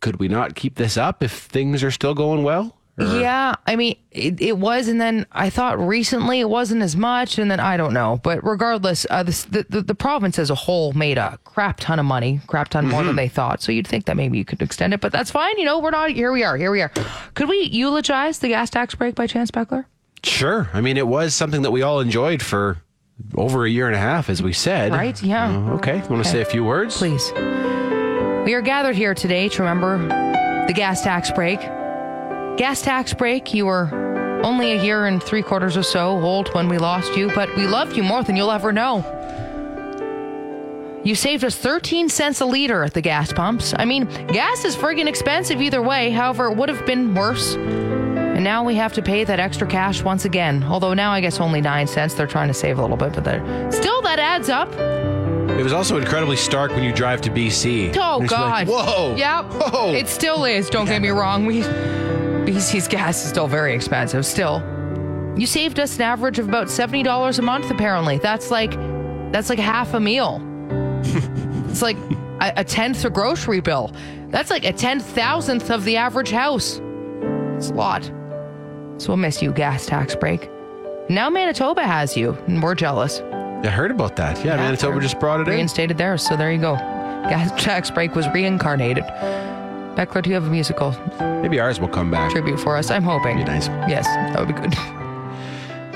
[SPEAKER 3] could we not keep this up if things are still going well?
[SPEAKER 4] Yeah, I mean, it, it was, and then I thought recently it wasn't as much, and then I don't know. But regardless, uh, this, the, the the province as a whole made a crap ton of money, crap ton more than they thought. So you'd think that maybe you could extend it, but that's fine. You know, we're not here. We are here. We are. Could we eulogize the gas tax break by chance, Beckler?
[SPEAKER 3] Sure. I mean it was something that we all enjoyed for over a year and a half as we said.
[SPEAKER 4] Right? Yeah.
[SPEAKER 3] Uh, okay. Want to say a few words?
[SPEAKER 4] Please. We are gathered here today to remember the gas tax break. Gas tax break, you were only a year and three quarters or so old when we lost you, but we loved you more than you'll ever know. You saved us 13 cents a liter at the gas pumps. I mean, gas is friggin' expensive either way, however, it would have been worse. And now we have to pay that extra cash once again. Although now I guess only 9 cents. They're trying to save a little bit, but they're, still that adds up.
[SPEAKER 3] It was also incredibly stark when you drive to BC.
[SPEAKER 4] Oh
[SPEAKER 3] And it's like,
[SPEAKER 4] God!
[SPEAKER 3] Whoa.
[SPEAKER 4] Yep.
[SPEAKER 3] Whoa.
[SPEAKER 4] It still is. Don't get me wrong. We BC's gas is still very expensive. Still, you saved us an average of about seventy dollars a month. Apparently, that's like that's like half a meal. it's like a, a tenth a grocery bill. That's like a ten thousandth of the average house. It's a lot. So we'll miss you, gas tax break. Now Manitoba has you, and we're jealous.
[SPEAKER 3] I heard about that. Yeah,
[SPEAKER 4] Yeah,
[SPEAKER 3] Manitoba
[SPEAKER 4] they're
[SPEAKER 3] just brought it in.
[SPEAKER 4] Reinstated there, so there you go. Gas tax break was reincarnated. Beckler, do you have a musical
[SPEAKER 3] Maybe ours will come back.
[SPEAKER 4] tribute for us? I'm hoping.
[SPEAKER 3] Be nice.
[SPEAKER 4] Yes, that would be good.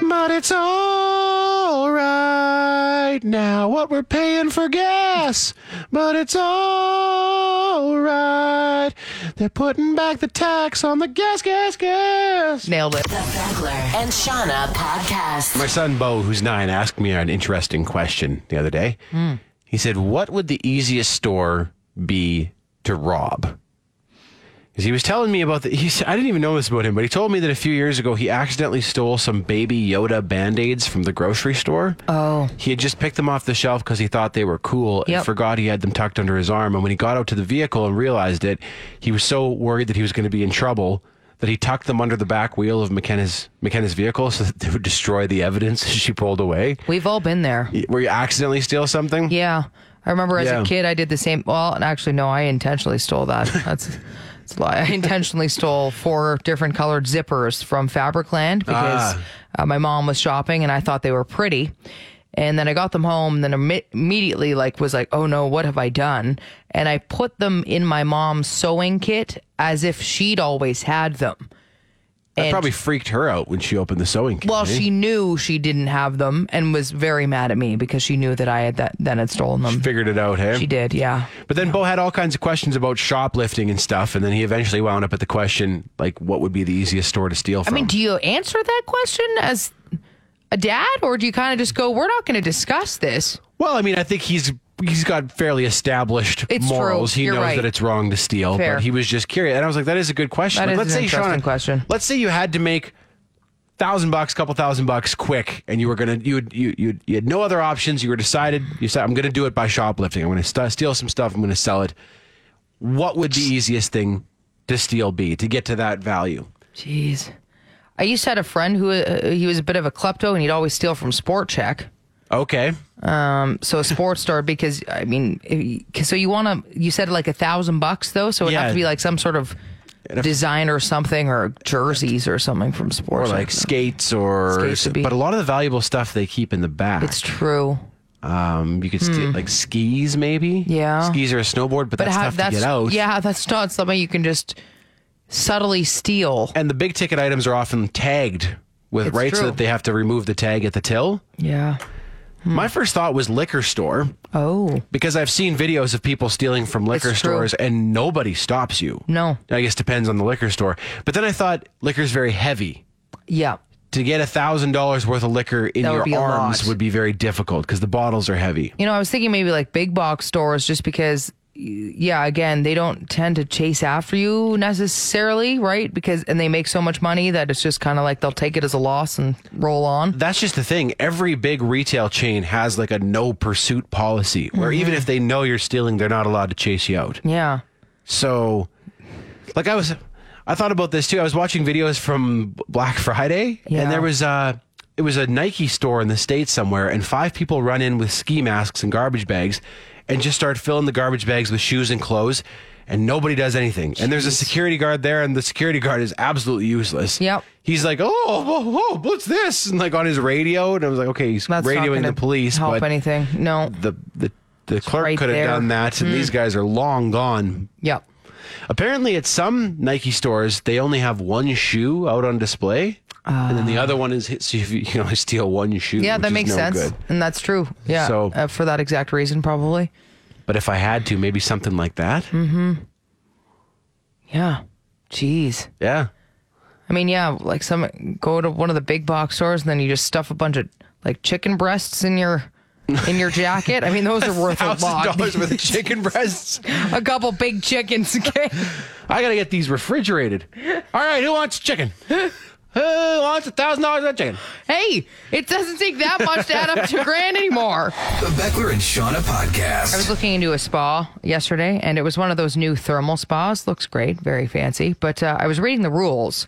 [SPEAKER 3] But it's all right now what we're paying for gas. But it's all right. They're putting back the tax on the gas, gas, gas.
[SPEAKER 4] Nailed it.
[SPEAKER 1] The Beckler and Shauna podcast.
[SPEAKER 3] My son Bo, who's nine, asked me an interesting question the other day. He said, What would the easiest store be to rob? Because he was telling me about the. He said, I didn't even know this about him, but he told me that a few years ago he accidentally stole some baby Yoda band aids from the grocery store.
[SPEAKER 4] Oh,
[SPEAKER 3] He had just picked them off the shelf because he thought they were cool and
[SPEAKER 4] Yep.
[SPEAKER 3] forgot he had them tucked under his arm. And when he got out to the vehicle and realized it, he was so worried that he was going to be in trouble that he tucked them under the back wheel of McKenna's McKenna's vehicle so that they would destroy the evidence as she pulled away.
[SPEAKER 4] we've all been there.
[SPEAKER 3] Where you accidentally steal something?
[SPEAKER 4] Yeah, I remember as
[SPEAKER 3] Yeah.
[SPEAKER 4] a kid, I did the same. Well, and actually, no, I intentionally stole that. That's. that's a lie. I intentionally stole four different colored zippers from Fabricland because uh, my mom was shopping and I thought they were pretty. And then I got them home, and then imme- immediately like was like, "Oh no, what have I done?" And I put them in my mom's sewing kit as if she'd always had them.
[SPEAKER 3] That probably freaked her out when she opened the sewing kit.
[SPEAKER 4] Well, she knew she didn't have them and was very mad at me because she knew that I had that then had stolen them.
[SPEAKER 3] figured it out, hey?
[SPEAKER 4] She did, yeah.
[SPEAKER 3] But then Bo had all kinds of questions about shoplifting and stuff, and then he eventually wound up at the question like, what would be the easiest store to steal
[SPEAKER 4] I
[SPEAKER 3] from?
[SPEAKER 4] mean, do you answer that question as a dad, or do you kind of just go, "We're not going to discuss this"?
[SPEAKER 3] well, I mean, I think he's he's got fairly established
[SPEAKER 4] It's true.
[SPEAKER 3] morals. He
[SPEAKER 4] You're
[SPEAKER 3] knows
[SPEAKER 4] right.
[SPEAKER 3] that it's wrong to steal,
[SPEAKER 4] Fair.
[SPEAKER 3] but he was just curious. And I was like, that is a good question.
[SPEAKER 4] That
[SPEAKER 3] Like,
[SPEAKER 4] is
[SPEAKER 3] let's
[SPEAKER 4] an
[SPEAKER 3] say, Sean,
[SPEAKER 4] interesting question.
[SPEAKER 3] let's say you had to make thousand bucks, couple thousand bucks quick, and you were gonna you would- you you you had no other options. You were decided. You said, I'm gonna do it by shoplifting. I'm gonna st- steal some stuff. I'm gonna sell it. What would the easiest thing to steal be to get to that value?
[SPEAKER 4] Jeez, I used to had a friend who uh, he was a bit of a klepto, and he'd always steal from Sport Check.
[SPEAKER 3] Okay.
[SPEAKER 4] So a sports store because I mean, if- 'cause so you want to? You said like a thousand bucks though, so it'd
[SPEAKER 3] Yeah.
[SPEAKER 4] have to be like some sort of design or something, or jerseys or something from
[SPEAKER 3] Or
[SPEAKER 4] sports.
[SPEAKER 3] like skates or
[SPEAKER 4] Skates would be-
[SPEAKER 3] but a lot of the valuable stuff they keep in the back.
[SPEAKER 4] it's true,
[SPEAKER 3] um you could steal like skis maybe.
[SPEAKER 4] Hmm. Yeah.
[SPEAKER 3] Skis or a snowboard, but,
[SPEAKER 4] but
[SPEAKER 3] that's
[SPEAKER 4] how,
[SPEAKER 3] tough
[SPEAKER 4] that's
[SPEAKER 3] to get out.
[SPEAKER 4] yeah, that's not something you can just subtly steal.
[SPEAKER 3] And the big ticket items are often tagged with
[SPEAKER 4] It's
[SPEAKER 3] right so
[SPEAKER 4] true.
[SPEAKER 3] that they have to remove the tag at the till.
[SPEAKER 4] Yeah. Hmm.
[SPEAKER 3] My first thought was liquor store
[SPEAKER 4] Oh
[SPEAKER 3] because I've seen videos of people stealing from liquor
[SPEAKER 4] It's true. Hmm.
[SPEAKER 3] stores and nobody stops you.
[SPEAKER 4] No.
[SPEAKER 3] I guess depends on the liquor store. But then I thought liquor's very heavy.
[SPEAKER 4] yeah,
[SPEAKER 3] To get a thousand dollars worth of liquor in
[SPEAKER 4] That would
[SPEAKER 3] your
[SPEAKER 4] be a
[SPEAKER 3] arms
[SPEAKER 4] lot.
[SPEAKER 3] would be very difficult because the bottles are heavy.
[SPEAKER 4] you know, I was thinking maybe like big box stores just because. y- Yeah, again, they don't tend to chase after you necessarily, right? Because and they make so much money that it's just kind of like they'll take it as a loss and roll on.
[SPEAKER 3] that's just the thing. Every big retail chain has like a no pursuit policy where even if they know you're stealing, they're not allowed to chase you out.
[SPEAKER 4] Yeah.
[SPEAKER 3] So, like, I was, I thought about this too. I was watching videos from Black Friday
[SPEAKER 4] Yeah.
[SPEAKER 3] and there was a, it was a Nike store in the States somewhere and five people run in with ski masks and garbage bags and just start filling the garbage bags with shoes and clothes and nobody does anything. And there's a security guard there and the security guard is absolutely useless.
[SPEAKER 4] Yep.
[SPEAKER 3] He's like, oh, whoa, whoa, what's this? And like on his radio. And I was like, okay, he's
[SPEAKER 4] That's not
[SPEAKER 3] radioing
[SPEAKER 4] gonna
[SPEAKER 3] the police.
[SPEAKER 4] Help
[SPEAKER 3] but
[SPEAKER 4] anything? No.
[SPEAKER 3] the, the, the clerk
[SPEAKER 4] right
[SPEAKER 3] could have
[SPEAKER 4] there. Hmm.
[SPEAKER 3] done that. And these guys are long gone.
[SPEAKER 4] Yep.
[SPEAKER 3] Apparently, at some Nike stores, they only have one shoe out on display, and then the other one is so you you can only steal one shoe.
[SPEAKER 4] Ah. Yeah,
[SPEAKER 3] which
[SPEAKER 4] that
[SPEAKER 3] is
[SPEAKER 4] makes
[SPEAKER 3] no
[SPEAKER 4] sense,
[SPEAKER 3] good.
[SPEAKER 4] and that's true. Yeah.
[SPEAKER 3] So-
[SPEAKER 4] uh, for that exact reason, probably.
[SPEAKER 3] But if I had to, maybe something like that.
[SPEAKER 4] Hmm. Yeah. Jeez.
[SPEAKER 3] Yeah,
[SPEAKER 4] I mean, yeah, like some go to one of the big box stores, and then you just stuff a bunch of like chicken breasts in your in your jacket. I mean, those are worth a
[SPEAKER 3] thousand
[SPEAKER 4] lot.
[SPEAKER 3] dollars worth of chicken breasts.
[SPEAKER 4] a couple big chickens. Okay.
[SPEAKER 3] I gotta get these refrigerated. All right, who wants chicken? Who wants a thousand dollars of chicken?
[SPEAKER 4] hey, it doesn't take that much to add up to a grand anymore.
[SPEAKER 2] The Beckler and Shauna
[SPEAKER 4] I was
[SPEAKER 2] podcast.
[SPEAKER 4] looking into a spa yesterday, and it was one of those new thermal spas. Looks great, very fancy. But uh, I was reading the rules,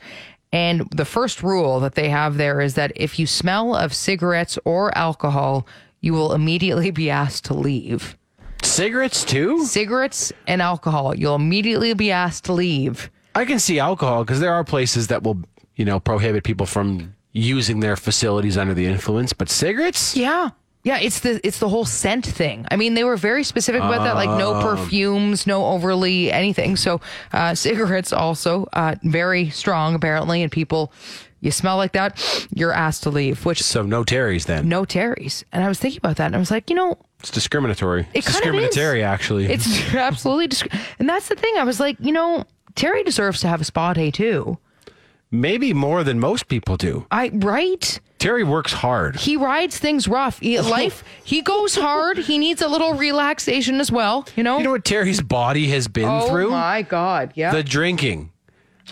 [SPEAKER 4] and the first rule that they have there is that if you smell of cigarettes or alcohol, you will immediately be asked to leave.
[SPEAKER 3] Cigarettes too?
[SPEAKER 4] Cigarettes and alcohol, you'll immediately be asked to leave.
[SPEAKER 3] I can see alcohol because there are places that will, you know, prohibit people from using their facilities under the influence. But cigarettes?
[SPEAKER 4] Yeah. Yeah, it's the it's the whole scent thing. I mean, they were very specific about that, like no
[SPEAKER 3] Um.
[SPEAKER 4] perfumes, no overly anything. So, uh, cigarettes also uh, very strong apparently, and people, you smell like that, you're asked to leave. Which
[SPEAKER 3] So no Terry's then.
[SPEAKER 4] no Terry's, and I was thinking about that, and I was like, you know,
[SPEAKER 3] It's discriminatory.
[SPEAKER 4] It
[SPEAKER 3] it's
[SPEAKER 4] kind of
[SPEAKER 3] discriminatory,
[SPEAKER 4] is.
[SPEAKER 3] actually.
[SPEAKER 4] it's absolutely, disc- and that's the thing. I was like, you know, Terry deserves to have a spa day too.
[SPEAKER 3] maybe more than most people do.
[SPEAKER 4] I right.
[SPEAKER 3] Terry works hard.
[SPEAKER 4] he rides things rough. He, life, he goes hard. He needs a little relaxation as well. You know.
[SPEAKER 3] You know what Terry's body has been
[SPEAKER 4] oh
[SPEAKER 3] through?
[SPEAKER 4] my God! Yeah.
[SPEAKER 3] The drinking,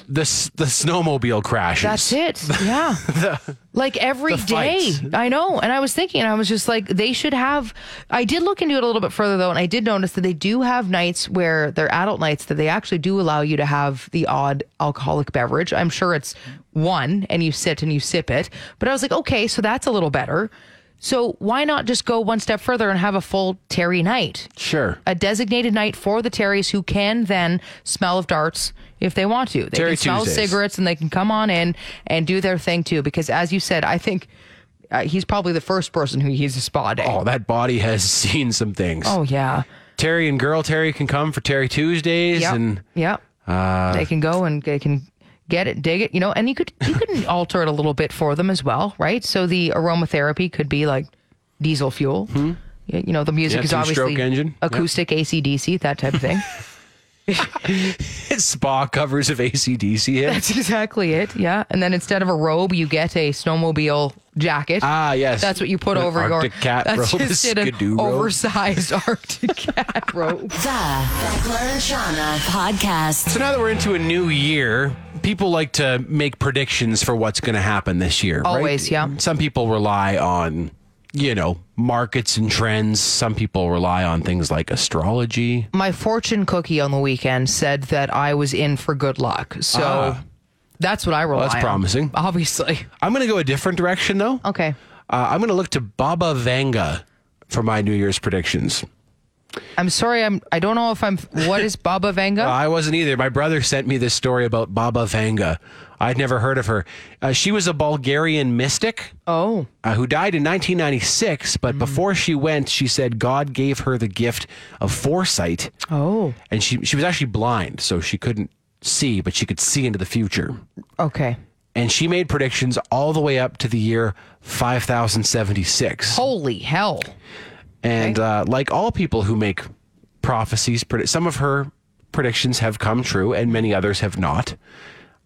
[SPEAKER 3] the s- the snowmobile crashes.
[SPEAKER 4] That's it. Yeah. like every
[SPEAKER 3] the
[SPEAKER 4] day.
[SPEAKER 3] fights.
[SPEAKER 4] I know. And I was thinking, I was just like, they should have. I did look into it a little bit further, though, and I did notice that they do have nights where they're adult nights that they actually do allow you to have the odd alcoholic beverage. I'm sure it's one and you sit and you sip it. But I was like, okay, so that's a little better. So why not just go one step further and have a full Terry night?
[SPEAKER 3] Sure.
[SPEAKER 4] A designated night for the Terrys who can then smell of darts if they want to. They
[SPEAKER 3] Terry
[SPEAKER 4] can smell
[SPEAKER 3] Tuesdays.
[SPEAKER 4] cigarettes and they can come on in and do their thing too. Because as you said, I think uh, he's probably the first person who uses a spa day.
[SPEAKER 3] Oh, that body has seen some things.
[SPEAKER 4] Oh, yeah.
[SPEAKER 3] Terry and girl Terry can come for Terry Tuesdays
[SPEAKER 4] Yep.
[SPEAKER 3] and
[SPEAKER 4] yep. they can go and they can get it, dig it, you know, and you could you can alter it a little bit for them as well, right? So the aromatherapy could be like diesel fuel. Y- You know, the music
[SPEAKER 3] Hmm. Yeah,
[SPEAKER 4] is
[SPEAKER 3] two-stroke
[SPEAKER 4] obviously
[SPEAKER 3] engine. Yep.
[SPEAKER 4] acoustic, AC/DC, that type of thing.
[SPEAKER 3] It's spa covers of ACDC hits.
[SPEAKER 4] That's exactly it. Yeah. And then instead of a robe, you get a snowmobile jacket.
[SPEAKER 3] Ah, yes.
[SPEAKER 4] That's what you put
[SPEAKER 3] An
[SPEAKER 4] over
[SPEAKER 3] Arctic
[SPEAKER 4] your
[SPEAKER 3] cat
[SPEAKER 4] that's
[SPEAKER 3] robe, a
[SPEAKER 4] just it, an
[SPEAKER 3] skidoo robe.
[SPEAKER 4] oversized Arctic cat robe.
[SPEAKER 1] The Beckler and Shauna podcast.
[SPEAKER 3] So now that we're into a new year, people like to make predictions for what's going to happen this year. right?
[SPEAKER 4] Always, yeah.
[SPEAKER 3] Mm, Some people rely on, you know, markets and trends. Some people rely on things like astrology.
[SPEAKER 4] My fortune cookie on the weekend said that I was in for good luck. So that's what I rely
[SPEAKER 3] Ah. that's
[SPEAKER 4] on,
[SPEAKER 3] promising.
[SPEAKER 4] Obviously.
[SPEAKER 3] I'm going to go a different direction though.
[SPEAKER 4] Okay.
[SPEAKER 3] Uh, I'm going to look to Baba Vanga for my New Year's predictions.
[SPEAKER 4] I'm sorry. I'm. I don't know if I'm. What is Baba Vanga?
[SPEAKER 3] I wasn't either. My brother sent me this story about Baba Vanga. I'd never heard of her. Uh, she was a Bulgarian mystic
[SPEAKER 4] oh,
[SPEAKER 3] uh, who died in 1996, but before she went, she said God gave her the gift of foresight.
[SPEAKER 4] Oh.
[SPEAKER 3] And she, she was actually blind, so she couldn't see, but she could see into the future.
[SPEAKER 4] okay.
[SPEAKER 3] And she made predictions all the way up to the year 5076.
[SPEAKER 4] Holy hell!
[SPEAKER 3] And uh, like all people who make prophecies, predi- some of her predictions have come true and many others have not.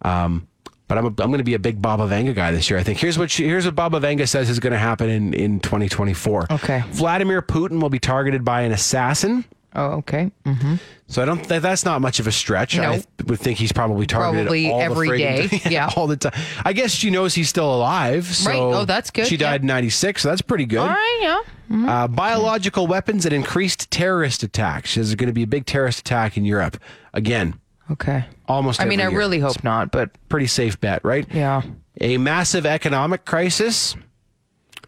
[SPEAKER 3] Um, but I'm, a, I'm going to be a big Baba Vanga guy this year. I think here's what she, here's what Baba Vanga says is going to happen in, in 2024.
[SPEAKER 4] Okay.
[SPEAKER 3] Vladimir Putin will be targeted by an assassin.
[SPEAKER 4] Oh, okay. Mm.
[SPEAKER 3] So I don't think that's not much of a stretch. I
[SPEAKER 4] No.
[SPEAKER 3] th- would think he's probably targeted
[SPEAKER 4] Probably
[SPEAKER 3] all
[SPEAKER 4] every
[SPEAKER 3] the friggin'
[SPEAKER 4] day. Yeah.
[SPEAKER 3] all the time. I guess she knows he's still alive. So
[SPEAKER 4] Right. Oh, that's good.
[SPEAKER 3] She
[SPEAKER 4] Yeah.
[SPEAKER 3] died in '96, so that's pretty good.
[SPEAKER 4] All right. Yeah. Mm-hmm.
[SPEAKER 3] Uh, biological weapons and increased terrorist attacks. There's going to be a big terrorist attack in Europe again.
[SPEAKER 4] Okay.
[SPEAKER 3] Almost.
[SPEAKER 4] I mean, I
[SPEAKER 3] every year.
[SPEAKER 4] really hope not, but
[SPEAKER 3] pretty safe bet, right?
[SPEAKER 4] yeah.
[SPEAKER 3] A massive economic crisis,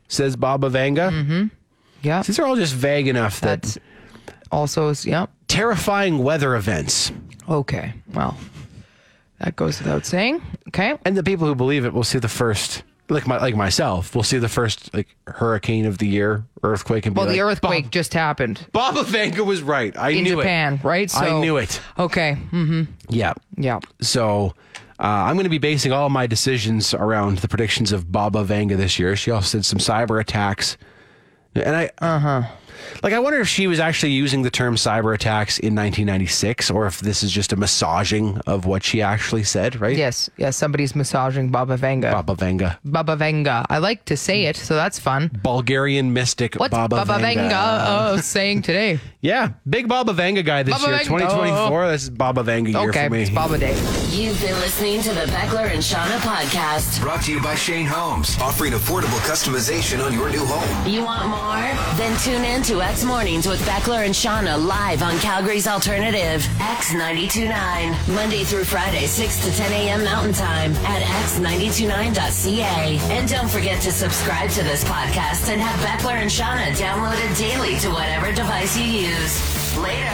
[SPEAKER 3] says Baba Vanga.
[SPEAKER 4] Mm-hmm. Yeah.
[SPEAKER 3] These are all just vague enough that
[SPEAKER 4] That's also, is- yeah.
[SPEAKER 3] terrifying weather events,
[SPEAKER 4] Okay. Well, that goes without saying. Okay.
[SPEAKER 3] and the people who believe it will see the first. Like my like myself, we'll see the first like hurricane of the year, earthquake, and be
[SPEAKER 4] Well, the
[SPEAKER 3] like,
[SPEAKER 4] earthquake just happened
[SPEAKER 3] Bob, Baba Vanga was right. I
[SPEAKER 4] in
[SPEAKER 3] knew
[SPEAKER 4] Japan,
[SPEAKER 3] it.
[SPEAKER 4] right?
[SPEAKER 3] I knew it.
[SPEAKER 4] Okay. Mm,
[SPEAKER 3] Yeah.
[SPEAKER 4] yeah.
[SPEAKER 3] So uh, I'm going to be basing all my decisions around the predictions of Baba Vanga this year. She also did some cyber attacks, and I uh
[SPEAKER 4] Uh-huh.
[SPEAKER 3] huh. Like I wonder if she was actually using the term cyber attacks in 1996, or if this is just a massaging of what she actually said. Right?
[SPEAKER 4] Yes. Yes. Somebody's massaging Baba Vanga.
[SPEAKER 3] Baba Vanga,
[SPEAKER 4] Baba Vanga. I like to say it, so that's fun.
[SPEAKER 3] Bulgarian mystic.
[SPEAKER 4] What's
[SPEAKER 3] Baba,
[SPEAKER 4] Baba,
[SPEAKER 3] Vanga?
[SPEAKER 4] Vanga, uh, saying today?
[SPEAKER 3] Yeah, big Baba Vanga guy this
[SPEAKER 4] Baba
[SPEAKER 3] year,
[SPEAKER 4] Vanga.
[SPEAKER 3] 2024. This is Baba Vanga year
[SPEAKER 4] okay,
[SPEAKER 3] for me.
[SPEAKER 4] it's Baba Day.
[SPEAKER 1] You've been listening to the Beckler and Shauna podcast.
[SPEAKER 2] Brought to you by Shane Holmes, offering affordable customization on your new home.
[SPEAKER 1] You want more? Then tune in to X Mornings with Beckler and Shauna live on Calgary's Alternative, X929. Monday through Friday, 6 to 10 a.m. Mountain Time at x929.ca. And don't forget to subscribe to this podcast and have Beckler and Shauna downloaded daily to whatever device you use. Later.